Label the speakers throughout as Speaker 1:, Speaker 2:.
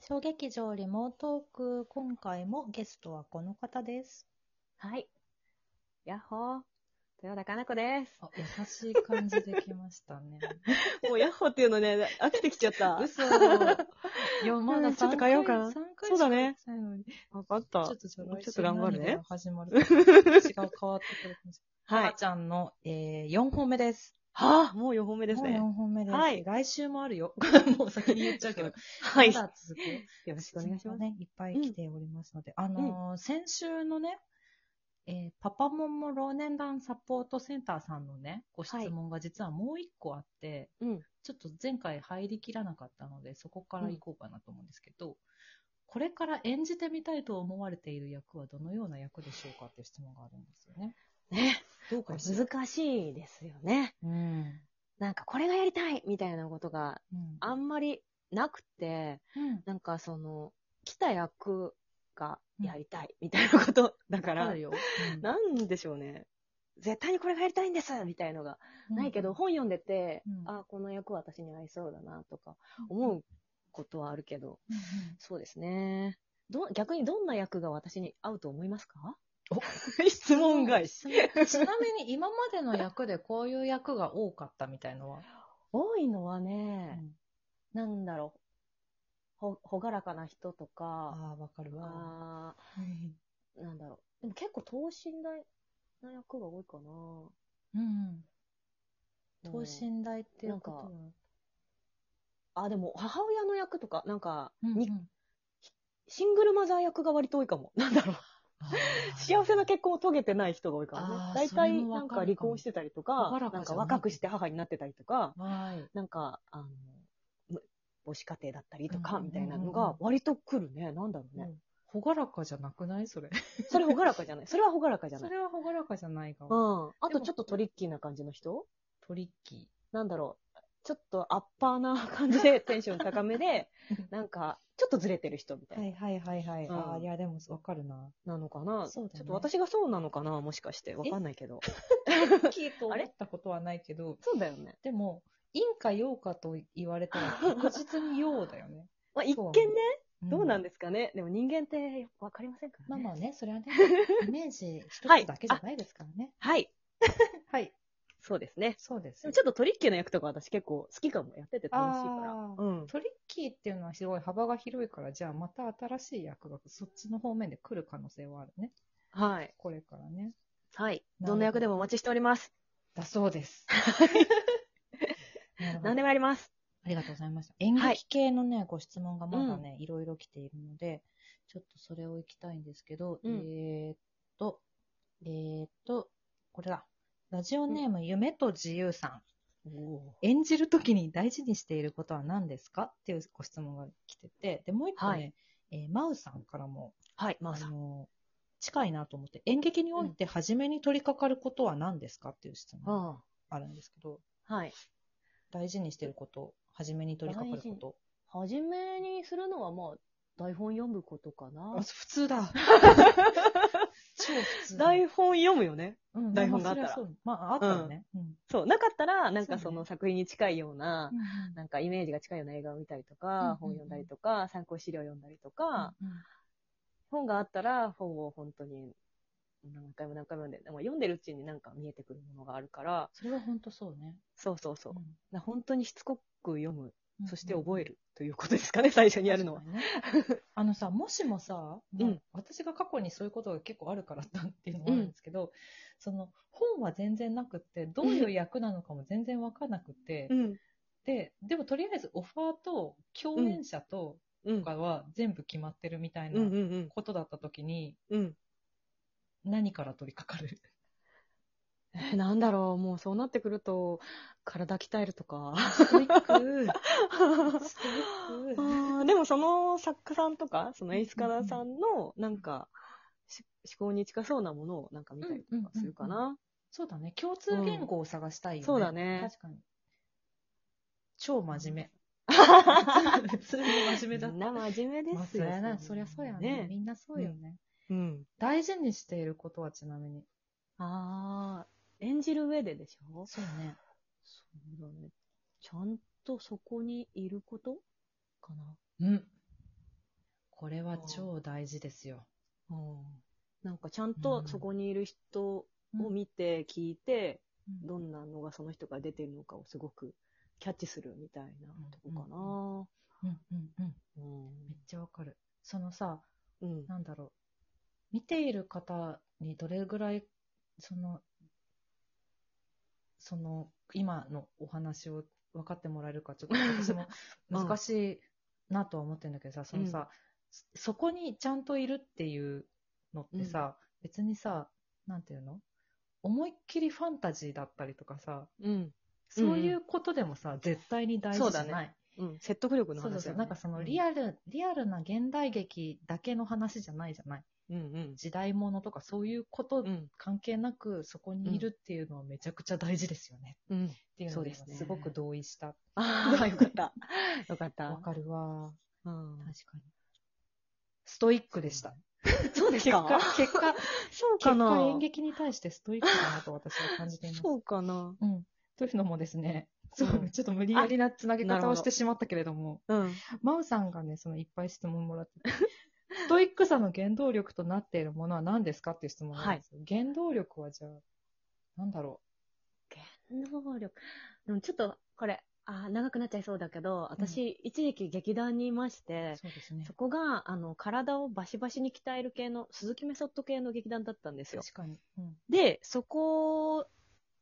Speaker 1: 小劇場リモートーク、今回もゲストはこの方です。
Speaker 2: はい。やっほー。豊田かな子です。
Speaker 1: あ、優しい感じできましたね。
Speaker 2: もうやっほーっていうのね、飽きてきちゃった。わ
Speaker 1: 嘘。いや、まだ
Speaker 2: うんちょっと
Speaker 1: 3回、
Speaker 2: 変えようかな
Speaker 1: 3回
Speaker 2: そうだね
Speaker 1: しかやってないのに。
Speaker 2: かった。
Speaker 1: ちょっとじゃあ
Speaker 2: もう
Speaker 1: 来
Speaker 2: ちょ
Speaker 1: 週
Speaker 2: っと頑張るね
Speaker 1: 何が始ま るか違う、変わってくるかもしれない。
Speaker 2: はい。
Speaker 1: 母
Speaker 2: は
Speaker 1: ちゃんの、えー、4本目です。
Speaker 2: あ、もう4本目ですね
Speaker 1: も。う4本目です。
Speaker 2: はい
Speaker 1: 来週もあるよ。 もう先に言っちゃうけど。
Speaker 2: はい。
Speaker 1: ま
Speaker 2: よ
Speaker 1: だ続くよ。
Speaker 2: ろしくお願いします。
Speaker 1: ね、いっぱい来ておりますので、あのー先週のね、えーパパモンモ老年団サポートセンターさんのね、ご質問が実はもう一個あって、
Speaker 2: うん。
Speaker 1: ちょっと前回入りきらなかったので、そこから行こうかなと思うんですけど、これから演じてみたいと思われている役はどのような役でしょうかっていう質問があるんですよね。
Speaker 2: ね。
Speaker 1: どうかしら
Speaker 2: 難しいですよね。
Speaker 1: うん。
Speaker 2: なんか、これがやりたいみたいなことが
Speaker 1: うん。
Speaker 2: あんまりなくて、
Speaker 1: うん。
Speaker 2: なんかその、来た役がやりたいみたいなことだか
Speaker 1: わからる、よ。うん
Speaker 2: なんでしょうね。絶対にこれがやりたいんですみたいのがないけど、、本読んでて、
Speaker 1: うん
Speaker 2: あ、この役私に合いそうだなとか
Speaker 1: うん
Speaker 2: 思うことはあるけど、
Speaker 1: うん
Speaker 2: そうですね。ど、逆にどんな役が私に合うと思いますか
Speaker 1: お
Speaker 2: 質問返
Speaker 1: 質
Speaker 2: し。
Speaker 1: 問 ちなみに今までの役でこういう役が多かったみたいのは、
Speaker 2: 多いのは
Speaker 1: う
Speaker 2: ね、
Speaker 1: ん
Speaker 2: なんだろう。ほ、ほがらかな人とか、
Speaker 1: ああ、わかるわ。
Speaker 2: あ
Speaker 1: うん
Speaker 2: ーなんだろう。でも結構等身大な役が多いかな。
Speaker 1: うん。等
Speaker 2: うん。
Speaker 1: 身大っていうことは
Speaker 2: なんあ、でも母親の役とか、なんか、
Speaker 1: うん
Speaker 2: に
Speaker 1: うん
Speaker 2: シングルマザー役が割と多いかも。なんだろう。
Speaker 1: あー
Speaker 2: 幸せな結婚を遂げてない人が多いからね
Speaker 1: あー。
Speaker 2: 大
Speaker 1: それ
Speaker 2: 体
Speaker 1: も
Speaker 2: な
Speaker 1: わ
Speaker 2: ん
Speaker 1: か
Speaker 2: か
Speaker 1: るかも
Speaker 2: 離婚してたり
Speaker 1: 朗
Speaker 2: とか、
Speaker 1: ら
Speaker 2: な
Speaker 1: か
Speaker 2: ん
Speaker 1: じ
Speaker 2: か
Speaker 1: ゃない
Speaker 2: 若くして母になってたりとか、
Speaker 1: はい。
Speaker 2: なんか、あの、む母子家庭だったりと
Speaker 1: う
Speaker 2: か、
Speaker 1: んうんう
Speaker 2: み
Speaker 1: んう
Speaker 2: た
Speaker 1: ん
Speaker 2: いなのが割と来るね。なんだろうね。
Speaker 1: ほがらかじゃなくないそれ。
Speaker 2: それほがらかじゃない。それはほがらかじゃ な
Speaker 1: そ
Speaker 2: い。うん。
Speaker 1: れはほがらかじゃないかも。
Speaker 2: あとちょっとトリッキーな感じの人
Speaker 1: トリッキ、
Speaker 2: なんだろう。ちょっとアッパーな感じでテンション高めでなんか、ちょっとずれてる人みた
Speaker 1: ー。はいいはいはいはい。
Speaker 2: うん
Speaker 1: ああ、いやでもわかるな。
Speaker 2: なのかな。ち
Speaker 1: そ
Speaker 2: ょ
Speaker 1: う
Speaker 2: っ
Speaker 1: だね
Speaker 2: と私がそうなのかなもしかして。わかんないけど。
Speaker 1: トリッキーと
Speaker 2: あ
Speaker 1: 思
Speaker 2: れ
Speaker 1: ったことはないけど、
Speaker 2: そうだよね。
Speaker 1: でも、陰か陽かと言われたら確実に陽だ よね。
Speaker 2: まあ一
Speaker 1: そう
Speaker 2: 見ね、どうなん
Speaker 1: で
Speaker 2: ですかね。でも人間ってよくわかりませんか
Speaker 1: ま
Speaker 2: ら
Speaker 1: あま
Speaker 2: ね。
Speaker 1: あ ね、それはね、イメージ一
Speaker 2: はい
Speaker 1: つだけじゃないですからね。
Speaker 2: はい。
Speaker 1: はい。
Speaker 2: そうですね。
Speaker 1: そうです
Speaker 2: で
Speaker 1: よ
Speaker 2: も。ちょっとトリッキーな役とか私結構好きかも。やってて楽しいから。
Speaker 1: あー
Speaker 2: うん。
Speaker 1: トリッキーっていうのはすごい幅が広いから、じゃあまた新しい役がそっちの方面で来る可能性はあるね。
Speaker 2: はい。
Speaker 1: これから ね。
Speaker 2: はい。
Speaker 1: ほど
Speaker 2: どんな役でもお待ちしております。
Speaker 1: だそうです。 なるほど
Speaker 2: 何でもやります。
Speaker 1: ありがとうございました。演劇系のね、ご質問がまだね、いろいろ来ているので、ちょっとそれを行きたいんですけど、
Speaker 2: うん
Speaker 1: えーっと、えーっと、これだ。ラジオネーム、夢と自由さん。演じるときに大事にしていることは何ですかっていうご質問が来てて、で、もう一個ね、
Speaker 2: は
Speaker 1: えーマウさんからも、
Speaker 2: はい。まあ
Speaker 1: あ
Speaker 2: さん。
Speaker 1: の、近いなと思って、演劇において初めに取り掛かることは何ですかっていう質問が
Speaker 2: あ
Speaker 1: あるんですけど、
Speaker 2: あはい。
Speaker 1: 大事にしてること、初めに取り掛かること。
Speaker 2: はじめにするのはまあ、台本読むことか
Speaker 1: あ
Speaker 2: な。
Speaker 1: 普通 だ。超普通だ。
Speaker 2: 台本読むよね。
Speaker 1: うん
Speaker 2: 台本があったら
Speaker 1: まそれはそうまあ、あったらね。うん。
Speaker 2: そう。なかったら、なんか
Speaker 1: そ
Speaker 2: そう
Speaker 1: ね
Speaker 2: の作品に近いような、
Speaker 1: うん
Speaker 2: なんかイメージが近いような映画を見たりと
Speaker 1: うんうん
Speaker 2: か、本読んだりとか、参考資料読んだりとか、本があったら、本を本当に何回も何回も読んで、でも読んでるうちになんか見えてくるものがあるから、
Speaker 1: それは本当そうね。
Speaker 2: そうそうそうう。
Speaker 1: ん
Speaker 2: な本当にしつこく読む、そして覚え
Speaker 1: る。
Speaker 2: るということですかね、最初にやるのは。
Speaker 1: 確かにね あのさ、もしもさ、まあ
Speaker 2: うん
Speaker 1: 私が過去にそういうことが結構あるからだっていうのもあるんですけど、その、本は全然なくって、どういう役なのかも全然わかんなくて、
Speaker 2: ん。
Speaker 1: で、でもとりあえずオファーと共演者と
Speaker 2: うん。
Speaker 1: かは全部決まってるみたい
Speaker 2: うんう
Speaker 1: なんことだったときに、
Speaker 2: うん。うん。
Speaker 1: 何から取り掛かる
Speaker 2: えーなんだろう、もうそうなってくると、体鍛えるとか。
Speaker 1: ストイック。ストイック。
Speaker 2: あーでもその作家さんとか、その演出家さんの、なんか、し思考に近そうなものをなんか見たりとかするか
Speaker 1: うん
Speaker 2: な。
Speaker 1: そうだね。共通言語を探したいよね。
Speaker 2: そうだね
Speaker 1: 確かに。超真 面目。普通に真面目だ
Speaker 2: みんな真面目
Speaker 1: まあ、
Speaker 2: で
Speaker 1: そ
Speaker 2: す
Speaker 1: り
Speaker 2: よ。
Speaker 1: ゃな、そりゃそうやねみんなそうよね、
Speaker 2: うん。
Speaker 1: 大事にしていることはちなみに。
Speaker 2: ああ、演じる上ででしょ
Speaker 1: そうね。
Speaker 2: そうだね。ちゃんとそこにいることかな。
Speaker 1: うん。これは超大事ですよ。
Speaker 2: なんかちゃんとそこにいる人を見て、聞いて、
Speaker 1: うん
Speaker 2: どんなのがその人から出てるのかをすごくキャッチするみたいなとこ
Speaker 1: うんうんうん。
Speaker 2: かな。
Speaker 1: めっちゃわかる。そのさ、
Speaker 2: うん。うん。
Speaker 1: なんだろう。見ている方にどれぐらい、その、その、今のお話を分かってもらえるか、ちょ っと私も
Speaker 2: うん
Speaker 1: 難しいなとは思ってるんだけどさ、そのさ、そそこにちゃんといるっていうのってさ、別にさ、なんていうの思いっきりファンタジーだったりとかさ、
Speaker 2: うん。
Speaker 1: そういうことでもさ、絶対に大事じゃ
Speaker 2: そうだ
Speaker 1: ない。
Speaker 2: うん。説得力の
Speaker 1: そうそう
Speaker 2: 話
Speaker 1: そ
Speaker 2: だ
Speaker 1: う、
Speaker 2: よね。
Speaker 1: なんかそのリアル、リアルな現代劇だけの話じゃないじゃない。
Speaker 2: うんうん。
Speaker 1: 時代物とかそういうこと
Speaker 2: うん。
Speaker 1: 関係なく、そこにいるっていうのはめちゃくちゃ大事ですよね。
Speaker 2: うん。
Speaker 1: っていう
Speaker 2: そ
Speaker 1: の
Speaker 2: う
Speaker 1: で
Speaker 2: ですすね
Speaker 1: すごく同意した。
Speaker 2: ああ、よ かった。よかった。
Speaker 1: わかるわ。
Speaker 2: うん
Speaker 1: 確かに。ストイックでした。
Speaker 2: そうです
Speaker 1: 結
Speaker 2: か
Speaker 1: 果、結果、
Speaker 2: そう
Speaker 1: 結
Speaker 2: かな
Speaker 1: 果演劇に対してストイックだなと私は感じています。
Speaker 2: そうかな
Speaker 1: うん。というのもですね、そう
Speaker 2: うん、
Speaker 1: ちょっと無理やりなつなげ
Speaker 2: なる
Speaker 1: 方
Speaker 2: ほど
Speaker 1: をしてしまったけれども、
Speaker 2: うん。
Speaker 1: マウさんがね、そのいっぱい質問もらってて、ストイックさの原動力となっているものは何ですかっていう質問なんですよ。原動力はじゃあ、なんだろ
Speaker 2: 能力。でもちょっと、これ、あー長くなっちゃいそうだけど、私、一時期劇団にいまし
Speaker 1: う。
Speaker 2: て、
Speaker 1: そうですね
Speaker 2: そこが、あの、体をバシバシに鍛える系の、鈴木メソッド系の劇団だったんですよ。
Speaker 1: 確かに。うん。
Speaker 2: で、そこ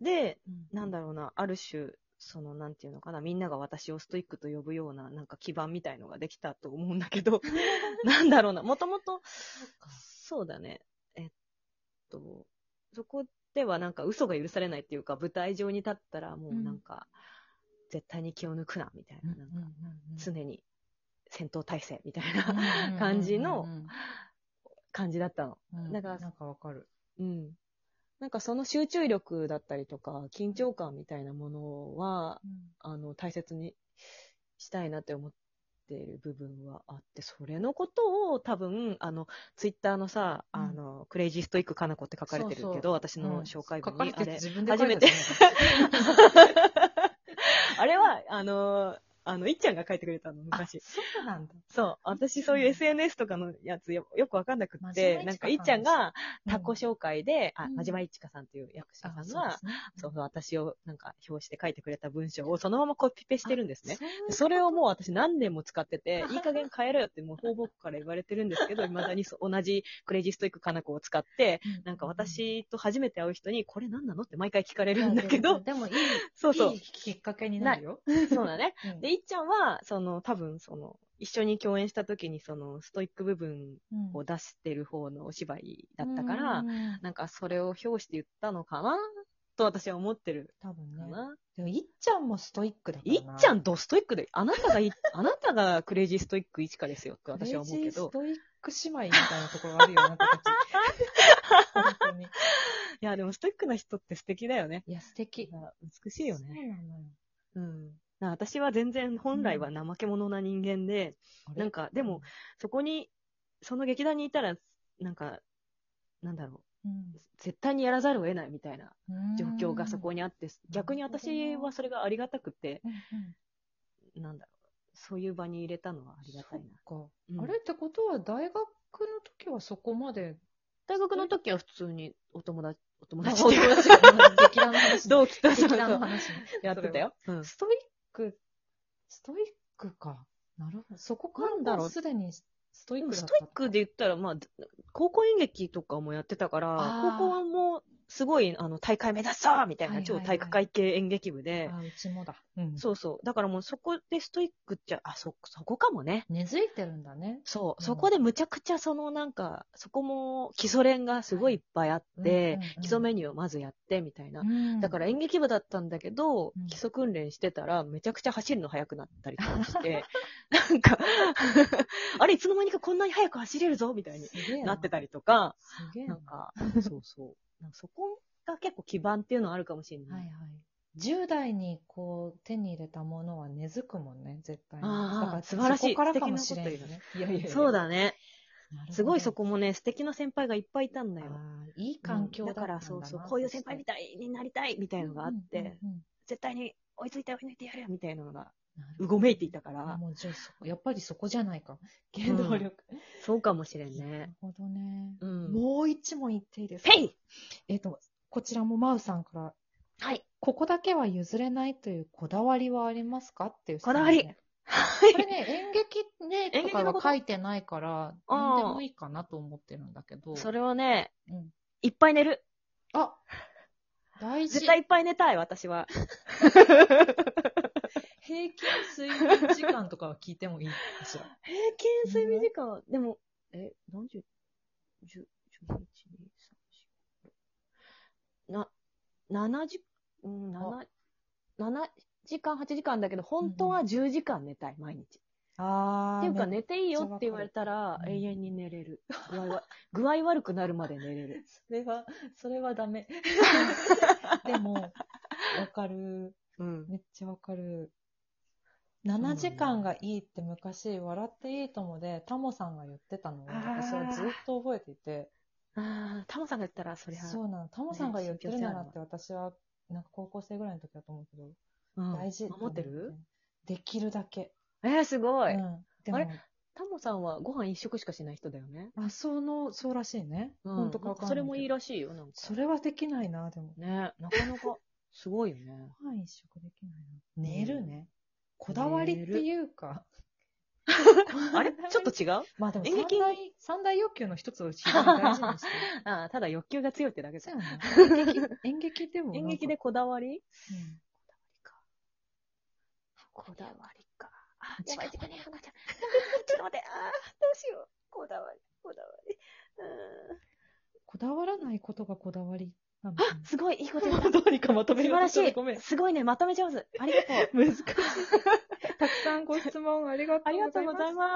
Speaker 2: で、
Speaker 1: うん
Speaker 2: なんだろうな、ある種、その、なんていうのかな、みんなが私をストイックと呼ぶような、なんか基盤みたいのができたと思うんだけ ど、なんだろうな、もともと、そうだね、えっと、そこではなんか嘘が許されないっていうか、舞台上に立ったらもうなんか、絶対に気を抜くな、みたいな、なんか、常に戦闘態勢みたいな感じの感じだったの。
Speaker 1: うん、なん
Speaker 2: な
Speaker 1: ん
Speaker 2: か
Speaker 1: か、なんかわかる。
Speaker 2: うん。なんかその集中力だったりとか、緊張感みたいなものは、あの、大切にしたいなって思っている部分はあって、それのことを多分、あの、ツイッターのさ、
Speaker 1: うん
Speaker 2: あの、クレイジーストイックかな子って書かれてるけど、
Speaker 1: そうそう
Speaker 2: 私の紹介
Speaker 1: 書
Speaker 2: 文
Speaker 1: か
Speaker 2: に、
Speaker 1: れ
Speaker 2: あ
Speaker 1: てる
Speaker 2: れ、
Speaker 1: 自分で書いたじゃない
Speaker 2: あれは、あの、あの、いっちゃんが書いてくれたの、
Speaker 1: あ
Speaker 2: 昔。
Speaker 1: そうなんだ。
Speaker 2: そう、私そういう SNS とかのやつよよくわかんなくっ
Speaker 1: 真
Speaker 2: て、
Speaker 1: 面目
Speaker 2: なん
Speaker 1: いちか
Speaker 2: か
Speaker 1: さん
Speaker 2: いっちゃんが他己
Speaker 1: うん
Speaker 2: 紹介で、あ、
Speaker 1: うん
Speaker 2: 真島いちかさんっていう役者さ
Speaker 1: あ
Speaker 2: ん
Speaker 1: そう
Speaker 2: が、
Speaker 1: ですね
Speaker 2: そうそう、私をなんか表して書いてくれた文章をそのままコピペしてるんですね。
Speaker 1: そういう
Speaker 2: それをもう私何年も使っ てて、いい加減変えろよってもう方々から言われてるんですけど、未だにそ同じクレイジーストイックかな子を使って、なんか私と初めて会う人に、これ何なのって毎回聞かれるんだけど、
Speaker 1: でもいい、
Speaker 2: そうそう
Speaker 1: いい。きっかけになるよ。
Speaker 2: そうだね。
Speaker 1: うん
Speaker 2: で、いっちゃんは、その、多分、その、一緒に共演した時に、その、ストイック部分
Speaker 1: うん
Speaker 2: を出してる方のお芝居だったから、
Speaker 1: うんうんうん
Speaker 2: なんかそれを表して言ったのかなと私は思ってる
Speaker 1: 多分
Speaker 2: か
Speaker 1: ね。
Speaker 2: な。
Speaker 1: でも、いっちゃんもストイックだから
Speaker 2: い
Speaker 1: な。
Speaker 2: っちゃんドストイックで、あなたがい、 あなたがクレイジーストイック一かですよって私は思う
Speaker 1: クレ
Speaker 2: け
Speaker 1: イジー
Speaker 2: ど
Speaker 1: ス。トイック姉妹みたいなところあるよ、あなたたち。 本当に。
Speaker 2: いや、でもストイックな人って素敵だよね。
Speaker 1: いや、素敵。
Speaker 2: 美しいよね。
Speaker 1: そうなのよ。
Speaker 2: うん。な私は全然本来は怠け者な人間で、
Speaker 1: あれ
Speaker 2: なんかでも、そこに、その劇団にいたら、なんか、なんだろ
Speaker 1: うん
Speaker 2: う、絶対にやらざるを得ないみたいな状況がそこ
Speaker 1: に。
Speaker 2: にあって、逆に私はそれがありがたくて、
Speaker 1: うんうん
Speaker 2: なんだろう、そういう場に入れたのはありがたいな。
Speaker 1: そっか
Speaker 2: うん
Speaker 1: あれってことは、大学の時はそこま で。
Speaker 2: 大学の時は普通にお友達、お友達
Speaker 1: あお
Speaker 2: っていうか
Speaker 1: 友達がうん劇団の 話。
Speaker 2: 同期と
Speaker 1: 劇
Speaker 2: そう
Speaker 1: 団
Speaker 2: そ
Speaker 1: の
Speaker 2: う
Speaker 1: 話ね。
Speaker 2: やってたよ。うん
Speaker 1: ストイック、ストイックか。なるほど。そこから
Speaker 2: なんだろう
Speaker 1: もうすでにストイックだ
Speaker 2: ス
Speaker 1: った
Speaker 2: トイックで言ったら、まあ、高校演劇とかもやってたから
Speaker 1: あ、ー
Speaker 2: 高校はもう、すごい、あの、大会目指そうみたい
Speaker 1: は
Speaker 2: な、
Speaker 1: いはいは
Speaker 2: 超
Speaker 1: い
Speaker 2: 体育会系演劇部で、
Speaker 1: あ、うちもだ。うん。
Speaker 2: そうそう。だからもうそこでストイックっちゃ、あ、そ、そこかもね。
Speaker 1: 根付いてるんだね。
Speaker 2: そう。
Speaker 1: うん
Speaker 2: そこでむちゃくちゃ、そのなんか、そこも基礎練がすごいいっぱいあって、
Speaker 1: うんうんうん
Speaker 2: 基礎メニューをまずやって、みたいな。
Speaker 1: うん
Speaker 2: だから演劇部だったんだけど、
Speaker 1: うん
Speaker 2: 基礎訓練してたら、めちゃくちゃ走るの速くなったりとかして、 なんか、 あれ、いつの間にかこんなに速く走れるぞみたいに
Speaker 1: すげえ
Speaker 2: なってたりとか、
Speaker 1: すげえ
Speaker 2: な
Speaker 1: なん
Speaker 2: か、そうそう。なんかそこが結構基盤っていうのはあるかもしれな。
Speaker 1: はいいはい。10代にこう手に入れたものは根付くもんね、絶対に。
Speaker 2: ああ
Speaker 1: だから
Speaker 2: 素晴らしい
Speaker 1: そこからかもしれんよね。いやいやいや
Speaker 2: そう。だね。
Speaker 1: なるほど
Speaker 2: すごいそ。こもね、素敵な先輩がいっぱいいたんだ
Speaker 1: あ
Speaker 2: よ。
Speaker 1: あいい環境だ
Speaker 2: だ
Speaker 1: った
Speaker 2: か
Speaker 1: んだな
Speaker 2: ら、そうそう、こういう先輩みたいになりたいみたい
Speaker 1: い
Speaker 2: なのがあって、
Speaker 1: うんうんうん
Speaker 2: 絶対に追いついて追い抜いてやるよみたいなのがうごめいていたか
Speaker 1: あ
Speaker 2: ら、
Speaker 1: もうじゃあそこやっぱりそこじゃないか。原動力。
Speaker 2: そうかもしれん
Speaker 1: なる
Speaker 2: ね。
Speaker 1: ほどね。
Speaker 2: うん。
Speaker 1: もう一問言っていいですか
Speaker 2: へい
Speaker 1: えっ、と、こちらもマウさんから、
Speaker 2: はい。
Speaker 1: ここだけは譲れないというこだわりはありますかっていう質
Speaker 2: こ
Speaker 1: 問
Speaker 2: だ
Speaker 1: ね、
Speaker 2: わりは
Speaker 1: これ ね、演劇ね、
Speaker 2: 演
Speaker 1: と
Speaker 2: 劇
Speaker 1: か
Speaker 2: のこと
Speaker 1: は書いてないから、
Speaker 2: あー
Speaker 1: 何でもいいかなと思ってるんだけど。
Speaker 2: それはね、
Speaker 1: うん、
Speaker 2: いっぱい寝る。
Speaker 1: あ大事。
Speaker 2: 絶対いっぱい寝たい、私は。
Speaker 1: 平均睡眠時間とかは聞いてもいいかしら。
Speaker 2: 平均睡眠時間、でも、え、何十、十、十一、二、三、四、な、七時、うん、七、七時間、八時間だけど、本当は十時間寝たい、毎日。
Speaker 1: あ
Speaker 2: っていうか、寝ていいよって言われた
Speaker 1: わ
Speaker 2: ら
Speaker 1: か、る
Speaker 2: 永遠に寝 れる。具合わ具合悪くなるまで寝れる。
Speaker 1: それは、それはダメ。でも、わかる。
Speaker 2: うん。
Speaker 1: めっちゃわかる。7時間がいいって昔、笑っていいともで、タモさんが言ってたのを、
Speaker 2: あー
Speaker 1: 私はずっと覚えていて、
Speaker 2: ああ、タモさんが言ったら、そりゃ、
Speaker 1: そうなの、タモさんが言ってるならっ
Speaker 2: ね
Speaker 1: て私は、なんか高校生ぐらいの時だと思うけど、
Speaker 2: うん
Speaker 1: 大事と思
Speaker 2: 守って
Speaker 1: て
Speaker 2: る
Speaker 1: できるだけ。
Speaker 2: えー、すごい。
Speaker 1: うん。でも
Speaker 2: あれタモさんはご飯一食しかしない人だよね。
Speaker 1: あ、その、そうらしいね。
Speaker 2: うん
Speaker 1: 本当かわかんないけど。
Speaker 2: それもいいらしいよ、なんか。
Speaker 1: それはできないな、でも。
Speaker 2: ね、なかなか、すごいよ ね。
Speaker 1: ご飯一食できないな。
Speaker 2: ん
Speaker 1: 寝るね。こだわりっていうか。
Speaker 2: あれちょっと違う
Speaker 1: まあでも
Speaker 2: 演
Speaker 1: 三
Speaker 2: 劇
Speaker 1: 大、三大欲求の一つを非常に大事に してる。
Speaker 2: ああ、ただ欲求が強いってだけ
Speaker 1: そ
Speaker 2: さ
Speaker 1: う。やな。演劇演劇でもなんか。
Speaker 2: 演劇でこだわり
Speaker 1: うん。
Speaker 2: こだわりか。あ
Speaker 1: やばい
Speaker 2: 時間ねえかなちゃう ちょっと待って、ああ、どうしよう。こだわり、こだわり。
Speaker 1: こだわらないことがこだわりなの
Speaker 2: う
Speaker 1: か
Speaker 2: ーん
Speaker 1: な
Speaker 2: あ、すごい、いいこと 言った。
Speaker 1: どうにかまと
Speaker 2: 素晴
Speaker 1: ようと
Speaker 2: ら
Speaker 1: した
Speaker 2: し
Speaker 1: ごめん
Speaker 2: い。。すごいね、 まとめちゃいます。ありがとう。
Speaker 1: 難しい。たくさんご質問ありがとうございます。
Speaker 2: ありがとうございます。